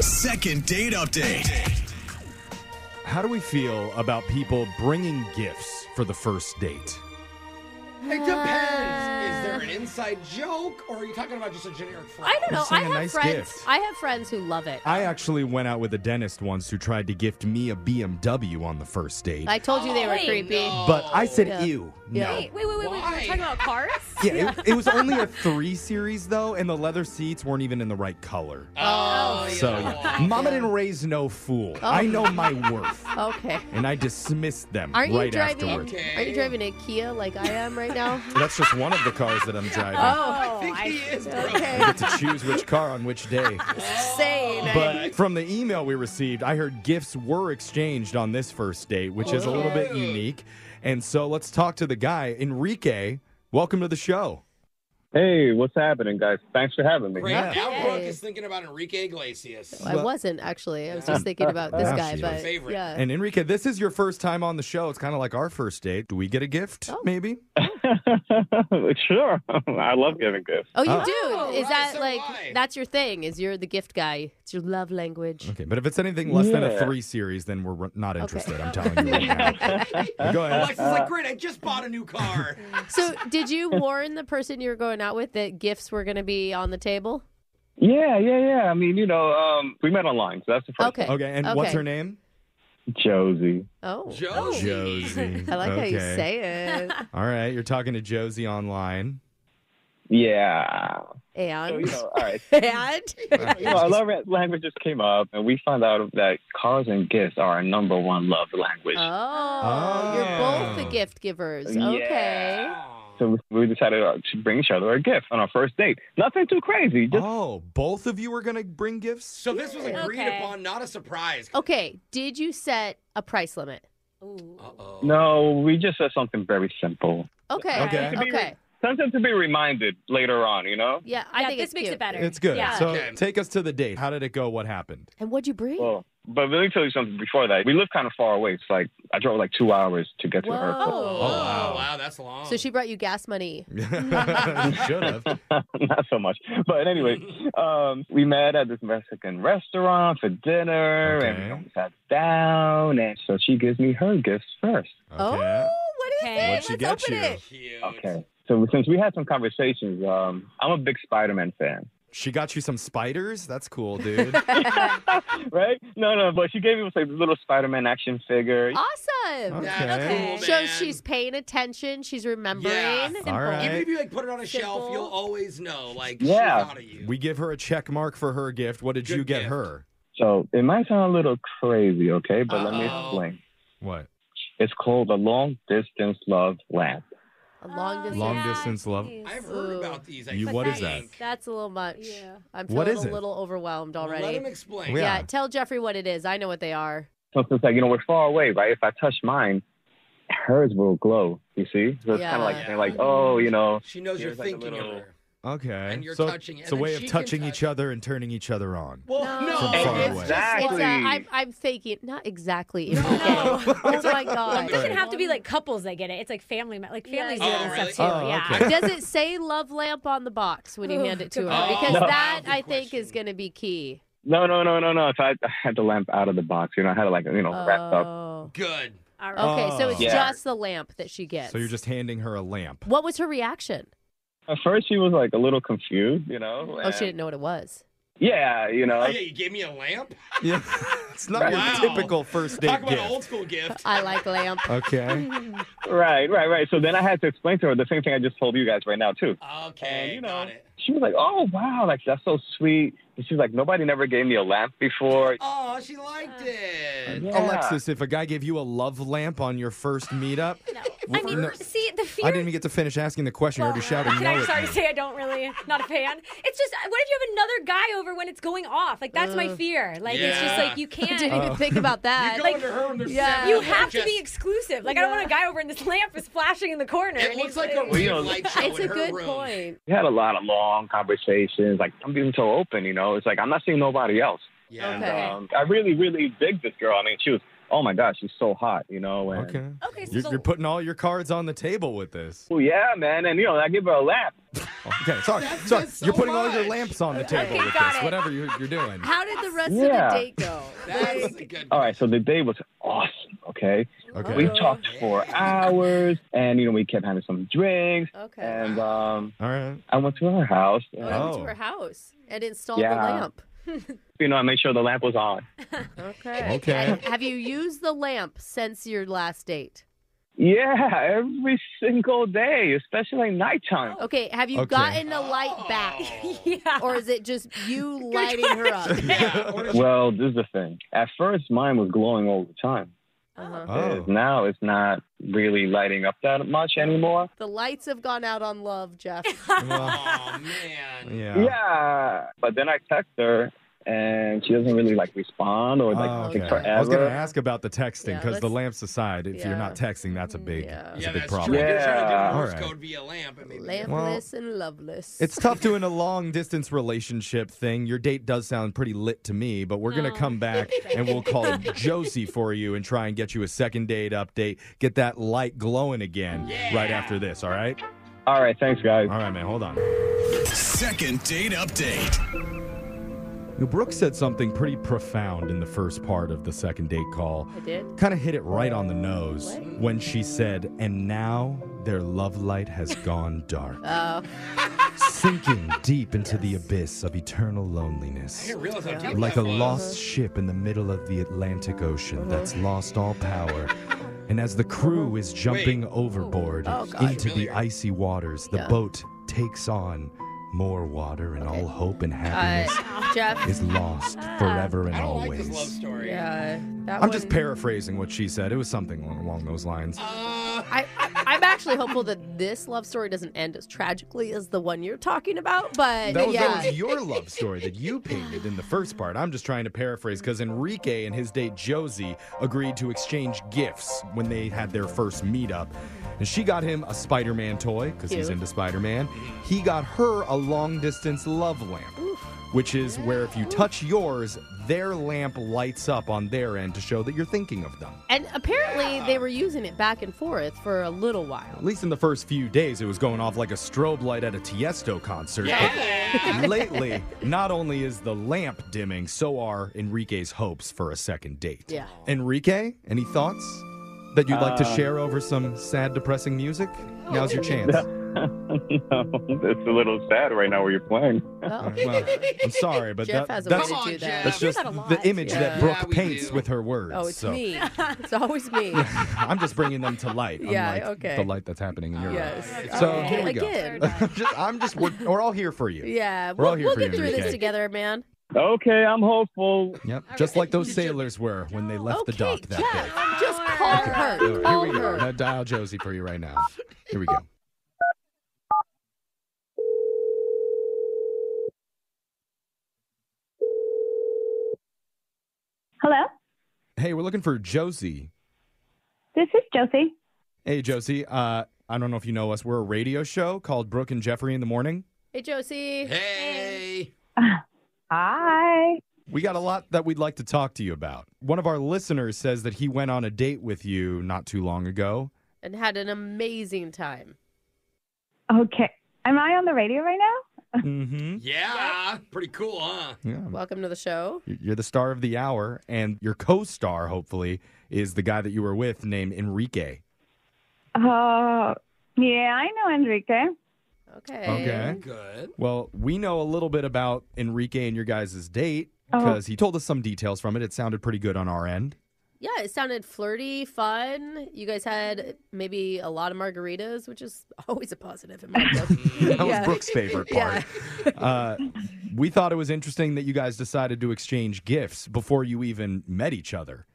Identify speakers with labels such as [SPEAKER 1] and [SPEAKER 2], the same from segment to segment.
[SPEAKER 1] Second date update.
[SPEAKER 2] How do we feel about people bringing gifts for the first date?
[SPEAKER 3] It depends. Is there an inside joke, or are you talking about just a generic phrase?
[SPEAKER 4] I don't know.
[SPEAKER 2] Just
[SPEAKER 4] I
[SPEAKER 2] saying a
[SPEAKER 4] have
[SPEAKER 2] nice
[SPEAKER 4] friends.
[SPEAKER 2] gift.
[SPEAKER 4] I have friends who love it.
[SPEAKER 2] I actually went out with a dentist once who tried to gift me a BMW on the first date.
[SPEAKER 4] Oh, I told you they were creepy.
[SPEAKER 2] but I said,
[SPEAKER 4] Yeah.
[SPEAKER 2] ew, no.
[SPEAKER 4] Wait, wait, wait, wait. wait. We're
[SPEAKER 3] Why?
[SPEAKER 4] talking about cars?
[SPEAKER 2] Yeah, It, it was only a three series though, and the leather seats weren't even in the right color.
[SPEAKER 3] Oh,
[SPEAKER 2] so, yeah. Mama didn't raise no fool. I know my worth.
[SPEAKER 4] Okay.
[SPEAKER 2] And I dismissed them
[SPEAKER 4] Aren't
[SPEAKER 2] right
[SPEAKER 4] you driving?
[SPEAKER 2] afterwards.
[SPEAKER 4] Are you driving a Kia like I am right now?
[SPEAKER 2] That's just one of the cars that I'm driving.
[SPEAKER 4] Oh,
[SPEAKER 3] I think he is. Bro.
[SPEAKER 4] okay.
[SPEAKER 2] I get to choose which car on which day.
[SPEAKER 4] Insane.
[SPEAKER 2] But from the email we received, I heard gifts were exchanged on this first date, which is a little
[SPEAKER 3] Oh.
[SPEAKER 2] bit unique. And so let's talk to the guy, Enrique. Welcome to the show.
[SPEAKER 5] Hey, what's happening, guys? Thanks for having me.
[SPEAKER 3] Right
[SPEAKER 2] Yeah.
[SPEAKER 3] now, Brooke
[SPEAKER 4] Yay.
[SPEAKER 3] is thinking about Enrique Iglesias.
[SPEAKER 4] I wasn't actually. I was just thinking about this
[SPEAKER 2] Yeah,
[SPEAKER 4] guy,
[SPEAKER 2] she
[SPEAKER 4] but
[SPEAKER 2] was.
[SPEAKER 3] Favorite.
[SPEAKER 4] yeah.
[SPEAKER 2] And Enrique, this is your first time on the show. It's kind of like our first date. Do we get a gift,
[SPEAKER 4] Oh.
[SPEAKER 2] maybe?
[SPEAKER 5] sure. I love giving gifts.
[SPEAKER 4] oh, you
[SPEAKER 2] Oh.
[SPEAKER 4] do. Is
[SPEAKER 3] right,
[SPEAKER 4] that
[SPEAKER 3] so
[SPEAKER 4] like
[SPEAKER 3] why?
[SPEAKER 4] that's your thing? Is you're the gift guy? It's your love language.
[SPEAKER 2] Okay, but if it's anything less than a
[SPEAKER 5] Yeah.
[SPEAKER 2] three series, then we're r- not interested. I'm telling you right now. But Go ahead.
[SPEAKER 3] Alexa's like, great. I just bought a new car.
[SPEAKER 4] So, did you warn the person you were going out with that gifts were going to be on the table?
[SPEAKER 5] Yeah, yeah, yeah. I mean, you know, um, we met online, so that's the first.
[SPEAKER 4] Okay.
[SPEAKER 2] Okay, and what's her name?
[SPEAKER 5] Josie.
[SPEAKER 4] Oh,
[SPEAKER 3] Josie.
[SPEAKER 2] Josie.
[SPEAKER 4] I like how you
[SPEAKER 2] Okay.
[SPEAKER 4] say it.
[SPEAKER 2] All right, you're talking to Josie online.
[SPEAKER 5] Yeah. So, you
[SPEAKER 4] And
[SPEAKER 5] know, all right.
[SPEAKER 4] and
[SPEAKER 5] You know, our love language just came up, and we found out that cars and gifts are our number one love language.
[SPEAKER 4] Oh, you're both
[SPEAKER 2] Oh.
[SPEAKER 4] the gift givers.
[SPEAKER 5] Yeah.
[SPEAKER 4] Okay.
[SPEAKER 5] So we decided uh, to bring each other a gift on our first date. Nothing too crazy. Just
[SPEAKER 2] Oh, both of you are going to bring gifts?
[SPEAKER 3] So this was agreed
[SPEAKER 6] Okay.
[SPEAKER 3] upon, not a surprise.
[SPEAKER 4] Okay. Did you set a price limit?
[SPEAKER 3] Uh-oh.
[SPEAKER 5] no, we just said something very simple.
[SPEAKER 4] Okay.
[SPEAKER 2] Okay.
[SPEAKER 5] To be-
[SPEAKER 4] Okay.
[SPEAKER 5] Something to be reminded later on, you know.
[SPEAKER 4] Yeah, I
[SPEAKER 6] yeah,
[SPEAKER 4] think
[SPEAKER 6] this
[SPEAKER 4] it's
[SPEAKER 6] makes
[SPEAKER 4] cute.
[SPEAKER 6] it better.
[SPEAKER 2] It's good.
[SPEAKER 6] Yeah.
[SPEAKER 2] So
[SPEAKER 3] Okay.
[SPEAKER 2] take us to the date. How did it go? What happened?
[SPEAKER 4] And what'd you bring?
[SPEAKER 5] Well, but let me tell you something before that. We live kind of far away. It's like I drove like two hours to get to the airport.
[SPEAKER 2] Oh,
[SPEAKER 4] Whoa.
[SPEAKER 3] wow. wow, that's long.
[SPEAKER 4] So she brought you gas money.
[SPEAKER 2] Should have.
[SPEAKER 5] Not so much. But anyway, um, we met at this Mexican restaurant for dinner and we
[SPEAKER 2] Okay.
[SPEAKER 5] almost sat down. And so she gives me her gifts first.
[SPEAKER 4] Oh,
[SPEAKER 2] Okay.
[SPEAKER 4] what is
[SPEAKER 6] Okay.
[SPEAKER 4] it?
[SPEAKER 2] What'd she
[SPEAKER 4] Let's
[SPEAKER 2] get
[SPEAKER 4] open
[SPEAKER 2] you?
[SPEAKER 4] it.
[SPEAKER 3] Cute.
[SPEAKER 5] Okay. So since we had some conversations, um, I'm a big Spider Man fan.
[SPEAKER 2] She got you some spiders? That's cool, dude.
[SPEAKER 5] right? No, no, but she gave me like, a little Spider-Man action figure.
[SPEAKER 4] Ah. Awesome.
[SPEAKER 2] Okay. Okay. Cool,
[SPEAKER 4] Shows she's paying attention. She's remembering. Simple.
[SPEAKER 2] All right.
[SPEAKER 3] Even if you like put it on a shelf, you'll always know. Like,
[SPEAKER 5] Yeah.
[SPEAKER 3] she's out of you.
[SPEAKER 2] We give her a check mark for her gift. What did you get her?
[SPEAKER 5] So it might sound a little crazy, okay? But let me explain.
[SPEAKER 2] What?
[SPEAKER 5] It's called a long distance love lamp.
[SPEAKER 4] A long distance.
[SPEAKER 2] Long distance love.
[SPEAKER 3] "Ah, I've heard about these. I
[SPEAKER 2] You-
[SPEAKER 3] think.
[SPEAKER 2] what is that?
[SPEAKER 4] That's a little much. Yeah. I'm feeling
[SPEAKER 5] What is
[SPEAKER 4] a
[SPEAKER 5] it?
[SPEAKER 4] little overwhelmed already.
[SPEAKER 3] Let him explain.
[SPEAKER 4] Yeah.
[SPEAKER 5] Yeah.
[SPEAKER 4] tell Jeffrey what it is. I know what they are.
[SPEAKER 5] So it's like, you know, we're far away, right? If I touch mine, hers will glow, you see? So it's kind of like
[SPEAKER 4] Yeah.
[SPEAKER 5] saying, like, oh, you know.
[SPEAKER 3] She knows you're
[SPEAKER 5] here's, like, a
[SPEAKER 3] thinking
[SPEAKER 5] little-
[SPEAKER 3] of her.
[SPEAKER 2] Okay.
[SPEAKER 3] And you're
[SPEAKER 2] so
[SPEAKER 3] touching it,
[SPEAKER 2] It's a
[SPEAKER 3] and then
[SPEAKER 2] way
[SPEAKER 3] she
[SPEAKER 2] of
[SPEAKER 3] can
[SPEAKER 2] touching each other and turning each other on.
[SPEAKER 3] Well, no.
[SPEAKER 2] From far
[SPEAKER 4] it's
[SPEAKER 2] away.
[SPEAKER 4] It's
[SPEAKER 5] Exactly.
[SPEAKER 4] a, I'm, I'm faking. Not exactly. No. oh my god.
[SPEAKER 6] It doesn't have to be like couples that get it. It's like family, ma- like
[SPEAKER 4] uh,
[SPEAKER 6] families do it and stuff too.
[SPEAKER 2] Oh,
[SPEAKER 6] yeah.
[SPEAKER 2] okay.
[SPEAKER 4] Does it say love lamp on the box when you
[SPEAKER 6] Ooh,
[SPEAKER 4] hand it to
[SPEAKER 6] good
[SPEAKER 4] her?
[SPEAKER 5] point.
[SPEAKER 4] Because
[SPEAKER 3] Oh.
[SPEAKER 5] No.
[SPEAKER 4] that I think is going to be key.
[SPEAKER 5] No, no, no, no, no. So I, I had the lamp out of the box. You know, I had to, like, you know, wrap
[SPEAKER 4] Oh,
[SPEAKER 5] up.
[SPEAKER 3] Good.
[SPEAKER 4] Okay, so it's
[SPEAKER 5] Yeah.
[SPEAKER 4] just the lamp that she gets.
[SPEAKER 2] So you're just handing her a lamp.
[SPEAKER 4] What was her reaction?
[SPEAKER 5] At first, she was, like, a little confused, you
[SPEAKER 4] Oh,
[SPEAKER 5] know?
[SPEAKER 4] she
[SPEAKER 5] and-
[SPEAKER 4] didn't know what it was.
[SPEAKER 5] Yeah, you know.
[SPEAKER 3] Oh, yeah, you gave me a lamp?
[SPEAKER 2] Yeah. it's not
[SPEAKER 3] Wow.
[SPEAKER 2] your typical first date
[SPEAKER 3] Talk about
[SPEAKER 2] gift.
[SPEAKER 3] an old school gift.
[SPEAKER 4] I like lamp.
[SPEAKER 2] Okay.
[SPEAKER 5] Right, right, right. So then I had to explain to her the same thing I just told you guys right now, too.
[SPEAKER 3] Okay, you know, got it.
[SPEAKER 5] She was like, oh, wow, like, that's so sweet. And she was like, nobody never gave me a lamp before.
[SPEAKER 3] Oh, she
[SPEAKER 4] Uh,
[SPEAKER 3] liked it.
[SPEAKER 5] Yeah.
[SPEAKER 2] Alexis, if a guy gave you a love lamp on your first meetup,
[SPEAKER 6] I mean,
[SPEAKER 2] No.
[SPEAKER 6] see, the fear.
[SPEAKER 2] I didn't even get to finish asking the question.
[SPEAKER 3] Oh,
[SPEAKER 2] You're already shouting
[SPEAKER 6] Can
[SPEAKER 2] no.
[SPEAKER 6] I
[SPEAKER 2] at
[SPEAKER 6] sorry
[SPEAKER 2] me.
[SPEAKER 6] say I don't really not a fan? It's just what if you have another guy over when it's going off? Like that's my
[SPEAKER 4] Ugh.
[SPEAKER 6] fear. Like it's just
[SPEAKER 4] Yeah.
[SPEAKER 6] like you can't.
[SPEAKER 4] Didn't even think about that.
[SPEAKER 3] You go
[SPEAKER 6] Like,
[SPEAKER 3] into her and there's
[SPEAKER 4] yeah.
[SPEAKER 3] seven
[SPEAKER 6] you
[SPEAKER 3] of them,
[SPEAKER 6] have to
[SPEAKER 3] just-
[SPEAKER 6] be exclusive. Like I don't want a guy over and this lamp is flashing in the corner.
[SPEAKER 3] It
[SPEAKER 6] and
[SPEAKER 3] looks
[SPEAKER 6] he's
[SPEAKER 3] like a
[SPEAKER 5] We
[SPEAKER 3] real
[SPEAKER 5] don't-
[SPEAKER 3] light show
[SPEAKER 4] It's
[SPEAKER 3] in
[SPEAKER 4] a
[SPEAKER 3] her
[SPEAKER 4] good
[SPEAKER 3] room.
[SPEAKER 4] point.
[SPEAKER 5] We had a lot of long conversations. Like, I'm being so open, you know? It's like, I'm not seeing nobody else.
[SPEAKER 3] Yeah.
[SPEAKER 5] And
[SPEAKER 4] Okay.
[SPEAKER 5] um, I really, really dig this girl. I mean, she was, oh my gosh, she's so hot, you know? And,
[SPEAKER 2] Okay.
[SPEAKER 6] Okay, so
[SPEAKER 2] You're,
[SPEAKER 6] the-
[SPEAKER 2] you're putting all your cards on the table with this.
[SPEAKER 5] Oh, yeah, man. And, you know, I give her a lap.
[SPEAKER 2] Okay, sorry.
[SPEAKER 3] That
[SPEAKER 2] sorry.
[SPEAKER 3] says so
[SPEAKER 2] you're putting all your
[SPEAKER 3] much.
[SPEAKER 2] lamps on the table
[SPEAKER 6] Okay,
[SPEAKER 2] with
[SPEAKER 6] got
[SPEAKER 2] this,
[SPEAKER 6] it.
[SPEAKER 2] whatever you're, you're doing.
[SPEAKER 4] How did the rest
[SPEAKER 5] Yeah.
[SPEAKER 4] of the date go?
[SPEAKER 3] That's a good
[SPEAKER 5] All right, so the day was awesome, okay?
[SPEAKER 2] Okay.
[SPEAKER 5] We talked for hours, and, you know, we kept having some drinks.
[SPEAKER 4] Okay.
[SPEAKER 5] And um,
[SPEAKER 2] All right.
[SPEAKER 5] I went to her house.
[SPEAKER 4] Oh,
[SPEAKER 5] And,
[SPEAKER 4] you went
[SPEAKER 2] Oh.
[SPEAKER 4] to her house and installed the
[SPEAKER 5] Yeah.
[SPEAKER 4] lamp.
[SPEAKER 5] You know, I made sure the lamp was on.
[SPEAKER 4] Okay.
[SPEAKER 2] Okay.
[SPEAKER 4] Have you used the lamp since your last date?
[SPEAKER 5] Yeah, every single day, especially like nighttime.
[SPEAKER 4] Okay. Have you
[SPEAKER 2] Okay.
[SPEAKER 4] gotten
[SPEAKER 3] Oh.
[SPEAKER 4] a light back?
[SPEAKER 6] yeah.
[SPEAKER 4] Or is it just you lighting her up? Oh.
[SPEAKER 5] Well, this is the thing. At first, mine was glowing all the time.
[SPEAKER 4] Uh-huh.
[SPEAKER 2] Oh.
[SPEAKER 5] Now it's not really lighting up that much anymore.
[SPEAKER 4] The lights have gone out on love, Jeff.
[SPEAKER 2] Well,
[SPEAKER 3] Oh, man.
[SPEAKER 2] yeah.
[SPEAKER 5] Yeah. But then I text her, and she doesn't really like respond or like
[SPEAKER 2] Oh,
[SPEAKER 5] take
[SPEAKER 2] okay.
[SPEAKER 5] forever.
[SPEAKER 2] I was going to ask about the texting
[SPEAKER 4] Yeah,
[SPEAKER 2] because the
[SPEAKER 4] let's-
[SPEAKER 2] lamps aside, if you're not texting, that's a big,
[SPEAKER 6] Mm,
[SPEAKER 4] Yeah.
[SPEAKER 2] that's
[SPEAKER 3] Yeah,
[SPEAKER 2] a big
[SPEAKER 3] that's true.
[SPEAKER 2] problem.
[SPEAKER 3] If You're trying to do
[SPEAKER 5] Yeah.
[SPEAKER 3] a Morse
[SPEAKER 2] All right.
[SPEAKER 3] code via lamp. I mean,
[SPEAKER 4] Lampless and loveless.
[SPEAKER 2] It's tough doing a long distance relationship thing. Your date does sound pretty lit to me, but we're going to
[SPEAKER 6] No.
[SPEAKER 4] Oh.
[SPEAKER 2] come back and we'll call Josie for you and try and get you a second date update. Get that light glowing again right after this, all right?
[SPEAKER 5] All right, thanks, guys.
[SPEAKER 2] All right, man, hold on.
[SPEAKER 1] Second date update.
[SPEAKER 2] Now, Brooke said something pretty profound in the first part of the second date call.
[SPEAKER 4] I did.
[SPEAKER 2] Kind of hit it right on the nose
[SPEAKER 4] What?
[SPEAKER 2] when she said, and now their love light has gone dark,
[SPEAKER 4] Oh,
[SPEAKER 2] sinking deep into the abyss of eternal loneliness.
[SPEAKER 3] I didn't realize how deep
[SPEAKER 2] like a
[SPEAKER 3] that was.
[SPEAKER 2] lost ship in the middle of the Atlantic Ocean that's lost all power. And as the crew is jumping overboard
[SPEAKER 4] Oh, God.
[SPEAKER 2] into the icy waters, the
[SPEAKER 4] Yeah.
[SPEAKER 2] boat takes on more water, and all hope and happiness
[SPEAKER 4] uh, Jeff.
[SPEAKER 2] is lost forever and
[SPEAKER 3] I don't like
[SPEAKER 2] always.
[SPEAKER 3] this love story.
[SPEAKER 4] Yeah, that
[SPEAKER 2] I'm just
[SPEAKER 4] one-
[SPEAKER 2] paraphrasing what she said. It was something along- along those lines.
[SPEAKER 3] Uh,
[SPEAKER 4] I, I, I'm actually hopeful that this love story doesn't end as tragically as the one you're talking about. But
[SPEAKER 2] That was,
[SPEAKER 4] yeah,
[SPEAKER 2] that was your love story that you painted in the first part. I'm just trying to paraphrase because Enrique and his date Josie agreed to exchange gifts when they had their first meetup. And she got him a Spider Man toy because he's
[SPEAKER 4] Cute.
[SPEAKER 2] into Spider Man. He got her a long distance love lamp, which is where if you touch yours, their lamp lights up on their end to show that you're thinking of them.
[SPEAKER 4] and apparently they were using it back and forth for a little while.
[SPEAKER 2] At least in the first few days, it was going off like a strobe light at a Tiesto concert. But lately, not only is the lamp dimming, so are Enrique's hopes for a second date.
[SPEAKER 4] Yeah.
[SPEAKER 2] Enrique, any thoughts that you'd like to
[SPEAKER 5] Uh,
[SPEAKER 2] share over some sad, depressing music? Now's your chance.
[SPEAKER 5] no, it's a little sad right now where you're playing.
[SPEAKER 4] Oh.
[SPEAKER 2] Uh, well, I'm sorry, but
[SPEAKER 4] Jeff
[SPEAKER 2] that-
[SPEAKER 4] has a way
[SPEAKER 2] that's,
[SPEAKER 4] to Come on, do that.
[SPEAKER 2] that's
[SPEAKER 4] Jeff. We do
[SPEAKER 2] just
[SPEAKER 4] that a
[SPEAKER 2] the
[SPEAKER 4] lot.
[SPEAKER 2] image
[SPEAKER 4] Yeah.
[SPEAKER 2] that
[SPEAKER 4] Yeah,
[SPEAKER 2] Brooke
[SPEAKER 4] we
[SPEAKER 2] paints with her words.
[SPEAKER 4] Oh, it's
[SPEAKER 2] so.
[SPEAKER 4] me. It's always me.
[SPEAKER 2] I'm just bringing them to light.
[SPEAKER 4] Yeah,
[SPEAKER 2] unlike
[SPEAKER 4] okay.
[SPEAKER 2] The light that's happening in your
[SPEAKER 4] Yes.
[SPEAKER 2] life. So
[SPEAKER 4] Okay.
[SPEAKER 2] here we
[SPEAKER 4] Again.
[SPEAKER 2] go. just, I'm just we're, we're all here for you.
[SPEAKER 4] Yeah,
[SPEAKER 2] we're all
[SPEAKER 4] we'll,
[SPEAKER 2] here
[SPEAKER 4] we'll
[SPEAKER 2] for
[SPEAKER 4] get
[SPEAKER 2] you,
[SPEAKER 4] through
[SPEAKER 2] Enrique.
[SPEAKER 4] this together, man.
[SPEAKER 5] Okay, I'm hopeful.
[SPEAKER 2] Yep, just like those sailors were when they left the dock that day.
[SPEAKER 4] Just call her.
[SPEAKER 2] All right,
[SPEAKER 4] Call
[SPEAKER 2] here we go.
[SPEAKER 4] her.
[SPEAKER 2] Now dial Josie for you right now. Here we go.
[SPEAKER 7] Hello,
[SPEAKER 2] Hey, we're looking for Josie.
[SPEAKER 7] this is Josie.
[SPEAKER 2] Hey, Josie. Uh, I don't know if you know us. We're a radio show called Brooke and Jeffrey in the Morning.
[SPEAKER 4] Hey, Josie. Hey.
[SPEAKER 7] Hi.
[SPEAKER 2] We got a lot that we'd like to talk to you about. One of our listeners says that he went on a date with you not too long ago.
[SPEAKER 4] And had an amazing time.
[SPEAKER 7] Okay, am I on the radio right now?
[SPEAKER 2] Mm-hmm.
[SPEAKER 3] Yeah, pretty cool, huh?
[SPEAKER 2] Yeah.
[SPEAKER 4] Welcome to the show.
[SPEAKER 2] You're the star of the hour, and your co star, hopefully, is the guy that you were with named Enrique.
[SPEAKER 7] Oh, yeah, I know Enrique.
[SPEAKER 4] Okay.
[SPEAKER 3] Good.
[SPEAKER 2] Well, we know a little bit about Enrique and your guys' date
[SPEAKER 4] Oh.
[SPEAKER 2] because he told us some details from it. It sounded pretty good on our end.
[SPEAKER 4] Yeah, it sounded flirty, fun. You guys had maybe a lot of margaritas, which is always a positive in my book.
[SPEAKER 2] That
[SPEAKER 4] Yeah.
[SPEAKER 2] was Brooke's favorite part. Uh, we thought it was interesting that you guys decided to exchange gifts before you even met each other.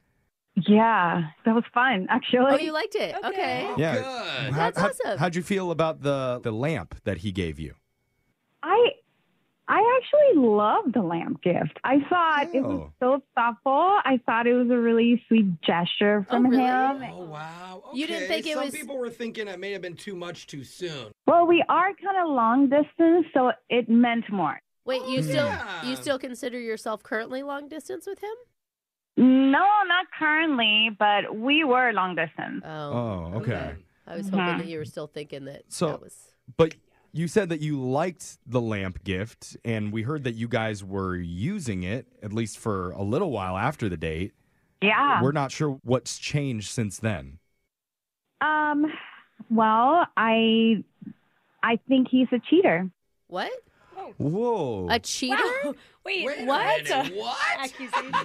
[SPEAKER 7] Yeah, that was fun, actually.
[SPEAKER 4] Oh, you liked it. Okay.
[SPEAKER 7] Oh,
[SPEAKER 2] yeah.
[SPEAKER 4] That's awesome.
[SPEAKER 2] How'd you feel about the, the lamp that he gave you?
[SPEAKER 7] I I actually loved the lamp gift. I thought it was
[SPEAKER 2] Oh.
[SPEAKER 7] so thoughtful. I thought it was a really sweet gesture from him.
[SPEAKER 3] Oh wow! Okay.
[SPEAKER 4] You didn't think it
[SPEAKER 3] Some
[SPEAKER 4] was-
[SPEAKER 3] people were thinking it may have been too much too soon.
[SPEAKER 7] Well, we are kind of long distance, so it meant more.
[SPEAKER 4] Wait, you still you still consider yourself currently long distance with him?
[SPEAKER 7] No, not currently, but we were long distance.
[SPEAKER 2] Oh, okay.
[SPEAKER 4] I was hoping
[SPEAKER 7] Mhm.
[SPEAKER 4] that you were still thinking that
[SPEAKER 2] So,
[SPEAKER 4] that was
[SPEAKER 2] But you said that you liked the lamp gift, and we heard that you guys were using it, at least for a little while after the date.
[SPEAKER 7] Yeah.
[SPEAKER 2] We're not sure what's changed since then.
[SPEAKER 7] Um, well, I I think he's a cheater.
[SPEAKER 4] what?
[SPEAKER 2] Whoa.
[SPEAKER 4] A cheater?
[SPEAKER 6] Wait,
[SPEAKER 4] what?
[SPEAKER 3] what?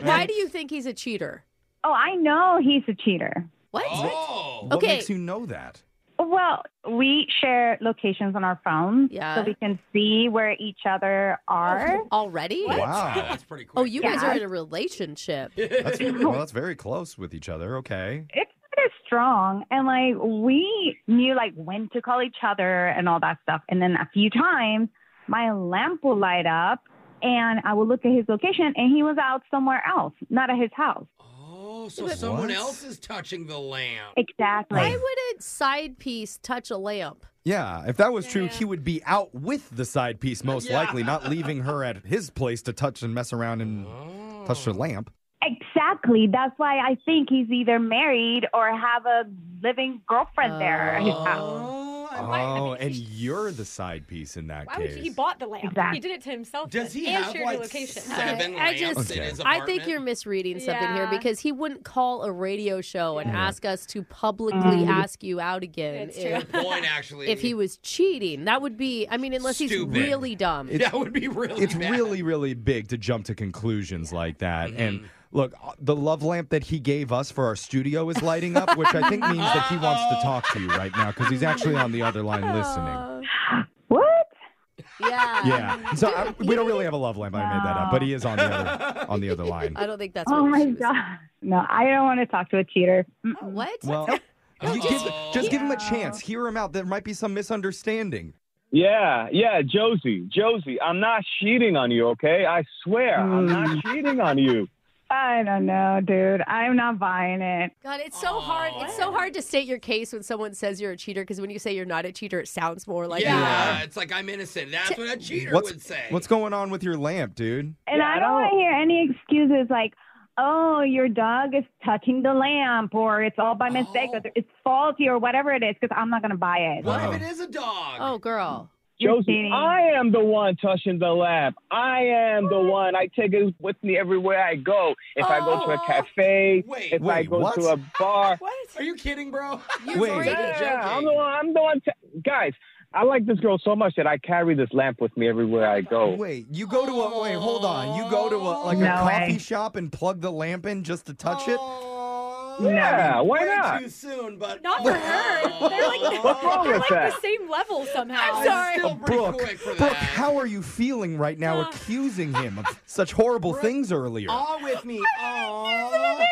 [SPEAKER 4] Why do you think he's a cheater?
[SPEAKER 7] Oh, I know he's a cheater.
[SPEAKER 4] What?
[SPEAKER 3] Oh.
[SPEAKER 2] What
[SPEAKER 7] Okay.
[SPEAKER 2] makes you know that?
[SPEAKER 7] Well, we share locations on our phones,
[SPEAKER 4] Yeah. Oh,
[SPEAKER 7] so we can see where each other are.
[SPEAKER 4] Already?
[SPEAKER 2] What? Wow. That's
[SPEAKER 3] pretty
[SPEAKER 4] cool. Oh, you guys
[SPEAKER 7] Yeah.
[SPEAKER 4] are in a relationship.
[SPEAKER 2] That's, well, that's very close with each other. Okay.
[SPEAKER 7] It's kind of strong, and like we knew like when to call each other and all that stuff. And then a few times, my lamp will light up, and I will look at his location, and he was out somewhere else, not at his house.
[SPEAKER 3] Oh, so someone
[SPEAKER 7] What?
[SPEAKER 3] else is touching the lamp.
[SPEAKER 7] Exactly.
[SPEAKER 4] Why would a side piece touch a lamp?
[SPEAKER 2] Yeah, if that was true, he would be out with the side piece most
[SPEAKER 4] Yeah.
[SPEAKER 2] likely, not leaving her at his place to touch and mess around and touch her lamp.
[SPEAKER 7] Exactly. That's why I think he's either married or have a living girlfriend there. at his house.
[SPEAKER 2] Oh, and you're the side piece in that
[SPEAKER 6] Why would
[SPEAKER 2] case.
[SPEAKER 6] you, he bought the lamp?
[SPEAKER 7] Exactly.
[SPEAKER 6] He did it to himself.
[SPEAKER 3] Does
[SPEAKER 6] then,
[SPEAKER 3] he
[SPEAKER 6] and
[SPEAKER 3] have,
[SPEAKER 6] shared
[SPEAKER 3] like,
[SPEAKER 6] the location.
[SPEAKER 3] seven
[SPEAKER 4] I just,
[SPEAKER 3] lamps in his
[SPEAKER 4] I think
[SPEAKER 3] apartment?
[SPEAKER 4] you're misreading something here
[SPEAKER 6] Yeah.
[SPEAKER 4] because he wouldn't call a radio show and
[SPEAKER 3] Yeah.
[SPEAKER 4] ask us to publicly
[SPEAKER 3] Mm.
[SPEAKER 4] ask you out again.
[SPEAKER 3] That's true. Good point, actually.
[SPEAKER 4] If he was cheating, that would be. I mean, unless
[SPEAKER 2] Stupid.
[SPEAKER 4] he's really dumb.
[SPEAKER 2] It's- That would
[SPEAKER 3] be really.
[SPEAKER 2] it's really really big to jump to conclusions like that and look uh, the love lamp that he gave us for our studio is lighting up which i think means that he wants to talk to you right now because he's actually on the other line listening
[SPEAKER 7] What?
[SPEAKER 4] Yeah.
[SPEAKER 2] yeah so I, we don't really have a love lamp i made that up but he is on the other on the other line
[SPEAKER 4] I don't think that's.
[SPEAKER 7] oh
[SPEAKER 4] what
[SPEAKER 7] my god. No, I don't want to talk to a cheater.
[SPEAKER 4] What?
[SPEAKER 2] well you give, just give him a chance hear him out there might be some misunderstanding
[SPEAKER 5] Yeah, yeah, Josie, Josie, I'm not cheating on you, okay? I swear, I'm
[SPEAKER 2] Mm.
[SPEAKER 5] not cheating on you.
[SPEAKER 7] I don't know, dude. I'm not buying it.
[SPEAKER 4] God, it's so hard. It's so hard to state your case when someone says you're a cheater because when you say you're not a cheater, it sounds more like
[SPEAKER 3] yeah,
[SPEAKER 4] you are.
[SPEAKER 3] Uh, it's like I'm innocent. That's what a cheater
[SPEAKER 2] what's
[SPEAKER 3] would say.
[SPEAKER 2] what's going on with your lamp dude
[SPEAKER 7] And I don't want to hear any excuses like, oh, your dog is touching the lamp or it's all by mistake or it's faulty or whatever it is because I'm not going to buy it.
[SPEAKER 3] What if it is a dog?
[SPEAKER 4] Oh, girl.
[SPEAKER 5] Josie, I am the one touching the lamp. I am the one. I take it with me everywhere I go. If I go
[SPEAKER 2] Oh.
[SPEAKER 5] to a cafe, if I
[SPEAKER 3] Wait,
[SPEAKER 5] go
[SPEAKER 3] what?
[SPEAKER 5] to a bar.
[SPEAKER 3] What? Are you kidding, bro?
[SPEAKER 5] yeah, I'm the one. I'm the one. T- guys, I like this girl so much that I carry this lamp with me everywhere I go.
[SPEAKER 2] Wait, you go to a wait. Hold on. You go to a like a
[SPEAKER 5] No
[SPEAKER 2] coffee
[SPEAKER 5] way.
[SPEAKER 2] shop and plug the lamp in just to touch it.
[SPEAKER 5] Yeah,
[SPEAKER 2] I mean,
[SPEAKER 5] why
[SPEAKER 2] way
[SPEAKER 5] not?
[SPEAKER 2] too s-
[SPEAKER 3] soon, but Oh.
[SPEAKER 6] Not for her. They're like,
[SPEAKER 2] What's wrong
[SPEAKER 6] they're
[SPEAKER 2] with
[SPEAKER 6] like the
[SPEAKER 2] that?
[SPEAKER 6] same level somehow.
[SPEAKER 2] I'm still Brooke, Brooke, how are you feeling right now? accusing him of such horrible things earlier.
[SPEAKER 3] All with me.
[SPEAKER 8] Isn't it anything?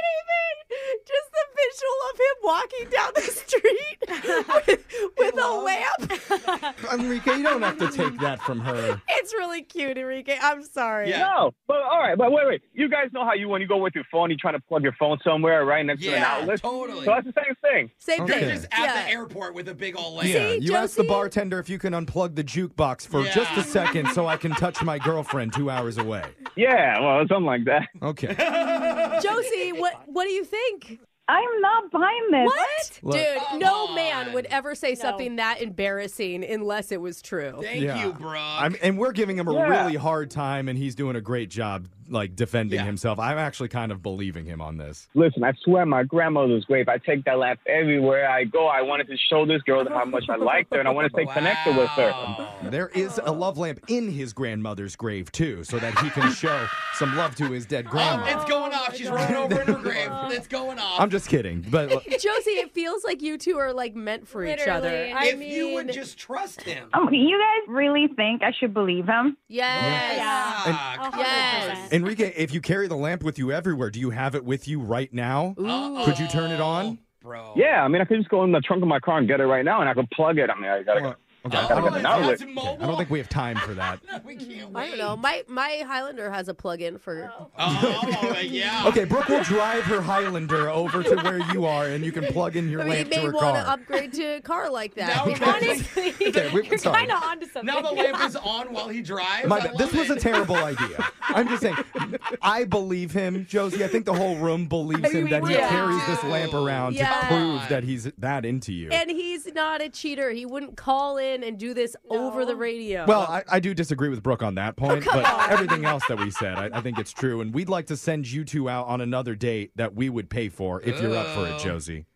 [SPEAKER 8] Just the visual of him walking down the street with, with a lamp.
[SPEAKER 2] Enrique, you don't have to take that from her.
[SPEAKER 8] It's really cute, Enrique. I'm sorry.
[SPEAKER 5] No, but all right, but wait, wait. You guys know how you when you go with your phone, you're trying to plug your phone somewhere, right next to an
[SPEAKER 3] Yeah,
[SPEAKER 5] outlet.
[SPEAKER 3] totally.
[SPEAKER 5] So that's the same thing.
[SPEAKER 8] Same
[SPEAKER 2] Okay.
[SPEAKER 3] Just at the airport with a big old lamp.
[SPEAKER 2] Yeah, you asked the bartender if you can unplug the jukebox for
[SPEAKER 3] Yeah.
[SPEAKER 2] just a second so I can touch my girlfriend two hours away.
[SPEAKER 5] Yeah, well, something like that.
[SPEAKER 2] Okay.
[SPEAKER 4] Josie, what what do you think?
[SPEAKER 7] I'm not buying this.
[SPEAKER 4] What?
[SPEAKER 2] Look-
[SPEAKER 4] Dude, no man would ever say something that embarrassing unless it was true.
[SPEAKER 2] Yeah. I'm, and we're giving him a
[SPEAKER 4] Yeah.
[SPEAKER 2] really hard time, and he's doing a great job, like defending himself. I'm actually kind of believing him on this.
[SPEAKER 5] Listen, I swear my grandmother's grave. I take that lamp everywhere I go. I wanted to show this girl how much I liked her and I want to stay connected with her.
[SPEAKER 2] There is a love lamp in his grandmother's grave too, so that he can show some love to his dead grandma.
[SPEAKER 3] It's going off. She's rolling over in her grave. It's going
[SPEAKER 4] Oh.
[SPEAKER 3] off.
[SPEAKER 2] I'm just kidding, but
[SPEAKER 4] Josie, it feels like you two are like meant for each other.
[SPEAKER 3] Literally.
[SPEAKER 4] I
[SPEAKER 3] If
[SPEAKER 4] mean,
[SPEAKER 3] you would just trust him.
[SPEAKER 7] Oh, you guys really think I should believe him?
[SPEAKER 4] yes, Ah,
[SPEAKER 2] And-
[SPEAKER 4] yes.
[SPEAKER 2] Enrique, if you carry the lamp with you everywhere, do you have it with you right now? Could you turn it on?
[SPEAKER 5] Yeah, I mean, I could just go in the trunk of my car and get it right now, and I could plug it. I mean, I gotta,
[SPEAKER 2] okay.
[SPEAKER 5] I gotta
[SPEAKER 2] Oh,
[SPEAKER 5] get an
[SPEAKER 2] that's
[SPEAKER 5] outlet.
[SPEAKER 2] Okay, I don't think we have time for that.
[SPEAKER 4] I don't know. My my Highlander has a plug-in for.
[SPEAKER 2] Oh. Okay, Brooke will drive her Highlander over to where you are, and you can plug in your
[SPEAKER 4] we
[SPEAKER 2] lamp to
[SPEAKER 4] may
[SPEAKER 2] her
[SPEAKER 4] want
[SPEAKER 2] car.
[SPEAKER 4] to upgrade to a car like that.
[SPEAKER 3] Honestly,
[SPEAKER 2] Okay, we-
[SPEAKER 4] you're
[SPEAKER 2] sorry.
[SPEAKER 4] kinda onto something.
[SPEAKER 3] Now the lamp is on while he drives.
[SPEAKER 2] My
[SPEAKER 3] I
[SPEAKER 2] bad. This
[SPEAKER 3] love
[SPEAKER 2] was a
[SPEAKER 3] it.
[SPEAKER 2] terrible idea. I'm just saying, I believe him, Josie. I think the whole room believes him that he
[SPEAKER 4] Yeah.
[SPEAKER 2] carries this lamp around
[SPEAKER 4] Yeah.
[SPEAKER 2] to prove that he's that into you.
[SPEAKER 4] And he's not a cheater. He wouldn't call in and do this over the radio.
[SPEAKER 2] Well, I, I do disagree with Brooke on that point,
[SPEAKER 4] Oh, come
[SPEAKER 2] but
[SPEAKER 4] on.
[SPEAKER 2] everything else that we said, I, I think it's true. And we'd like to send you two out on another date that we would pay for if you're up for
[SPEAKER 3] Oh.
[SPEAKER 2] it, Josie.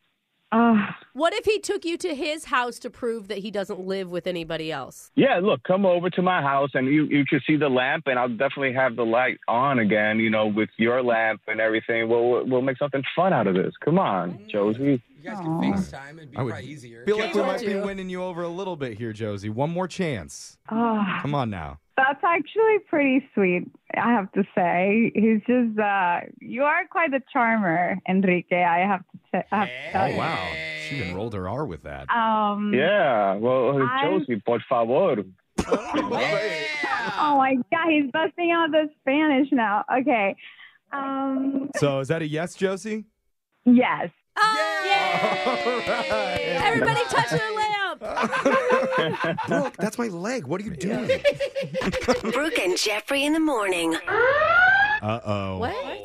[SPEAKER 4] what if he took you to his house to prove that he doesn't live with anybody else?
[SPEAKER 5] Yeah, look, come over to my house, and you you can see the lamp, and I'll definitely have the light on again. You know, with your lamp and everything. We'll we'll- we'll make something fun out of this. Come on, Josie.
[SPEAKER 3] You guys can FaceTime. It'd be
[SPEAKER 2] I would
[SPEAKER 3] probably easier.
[SPEAKER 2] feel like we
[SPEAKER 3] Can't
[SPEAKER 2] might be
[SPEAKER 3] you?
[SPEAKER 2] winning you over a little bit here, Josie. One more chance.
[SPEAKER 7] Oh,
[SPEAKER 2] Come on now.
[SPEAKER 7] that's actually pretty sweet. I have to say, he's just uh, you are quite a charmer, Enrique. I have to, t- I have to tell
[SPEAKER 2] Oh,
[SPEAKER 7] you.
[SPEAKER 2] wow. She even rolled her R with that.
[SPEAKER 7] Um,
[SPEAKER 5] Yeah, well, uh,
[SPEAKER 7] I'm-
[SPEAKER 5] Josie, por favor.
[SPEAKER 7] Oh my god, he's busting out the Spanish now. Okay. Um,
[SPEAKER 2] So is that a yes, Josie?
[SPEAKER 7] yes.
[SPEAKER 4] Everybody touch their lamp.
[SPEAKER 2] Brooke, that's my leg. What are you doing?
[SPEAKER 9] Brooke and Jeffrey in the morning.
[SPEAKER 2] Uh oh.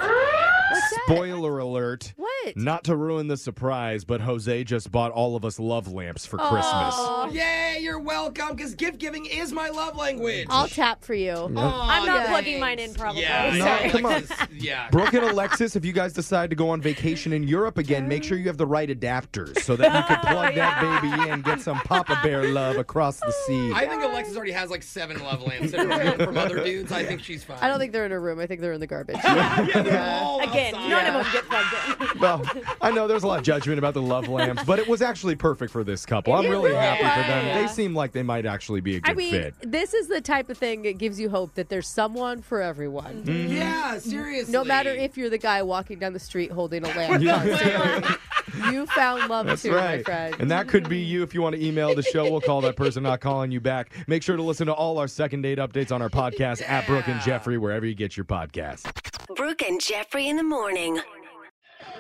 [SPEAKER 2] Spoiler alert.
[SPEAKER 4] What?
[SPEAKER 2] Not to ruin the surprise, but Jose just bought all of us love lamps for
[SPEAKER 4] Oh,
[SPEAKER 2] Christmas.
[SPEAKER 3] Aw. Yay, you're welcome, because gift giving is my love language.
[SPEAKER 4] I'll tap for you. I'm
[SPEAKER 6] I'm not plugging mine in, probably.
[SPEAKER 3] Yeah,
[SPEAKER 2] Oh, No,
[SPEAKER 3] sorry.
[SPEAKER 2] come on.
[SPEAKER 3] yeah.
[SPEAKER 2] Brooke and Alexis, if you guys decide to go on vacation in Europe again, make sure you have the right adapters so that you can plug that baby in, get some Papa Bear love across the sea.
[SPEAKER 3] I think Alexis already has like seven love lamps that are real from other dudes. I think she's fine.
[SPEAKER 4] I don't think they're in a room. I think they're in the garbage.
[SPEAKER 6] Again, none of them get plugged in.
[SPEAKER 2] Well, I know there's a lot of judgment about the love lamps, but it was actually perfect for this couple. I'm
[SPEAKER 4] It
[SPEAKER 2] really
[SPEAKER 4] really
[SPEAKER 2] happy for them.
[SPEAKER 4] was.
[SPEAKER 2] They seem like they might actually be a good
[SPEAKER 4] I mean,
[SPEAKER 2] fit.
[SPEAKER 4] this is the type of thing that gives you hope that there's someone for everyone.
[SPEAKER 2] Mhm.
[SPEAKER 3] Mm-hmm. Yeah, seriously.
[SPEAKER 4] No matter if you're the guy walking down the street holding a lamp,
[SPEAKER 2] Yeah.
[SPEAKER 4] constantly. you found love
[SPEAKER 2] That's
[SPEAKER 4] too, my
[SPEAKER 2] right.
[SPEAKER 4] friend.
[SPEAKER 2] And that could be you if you want to email the show. We'll call that person not calling you back. Make sure to listen to all our second date updates on our podcast at Brooke and Jeffrey, wherever you get your podcast.
[SPEAKER 9] Brooke and Jeffrey in the morning.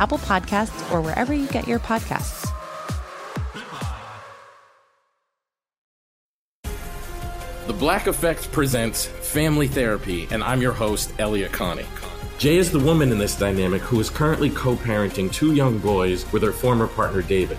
[SPEAKER 10] Apple Podcasts, or wherever you get your podcasts.
[SPEAKER 11] Black Effect presents Family Therapy, and I'm your host, Elia Connie. Jay is the woman in this dynamic who is currently co parenting two young boys with her former partner, David.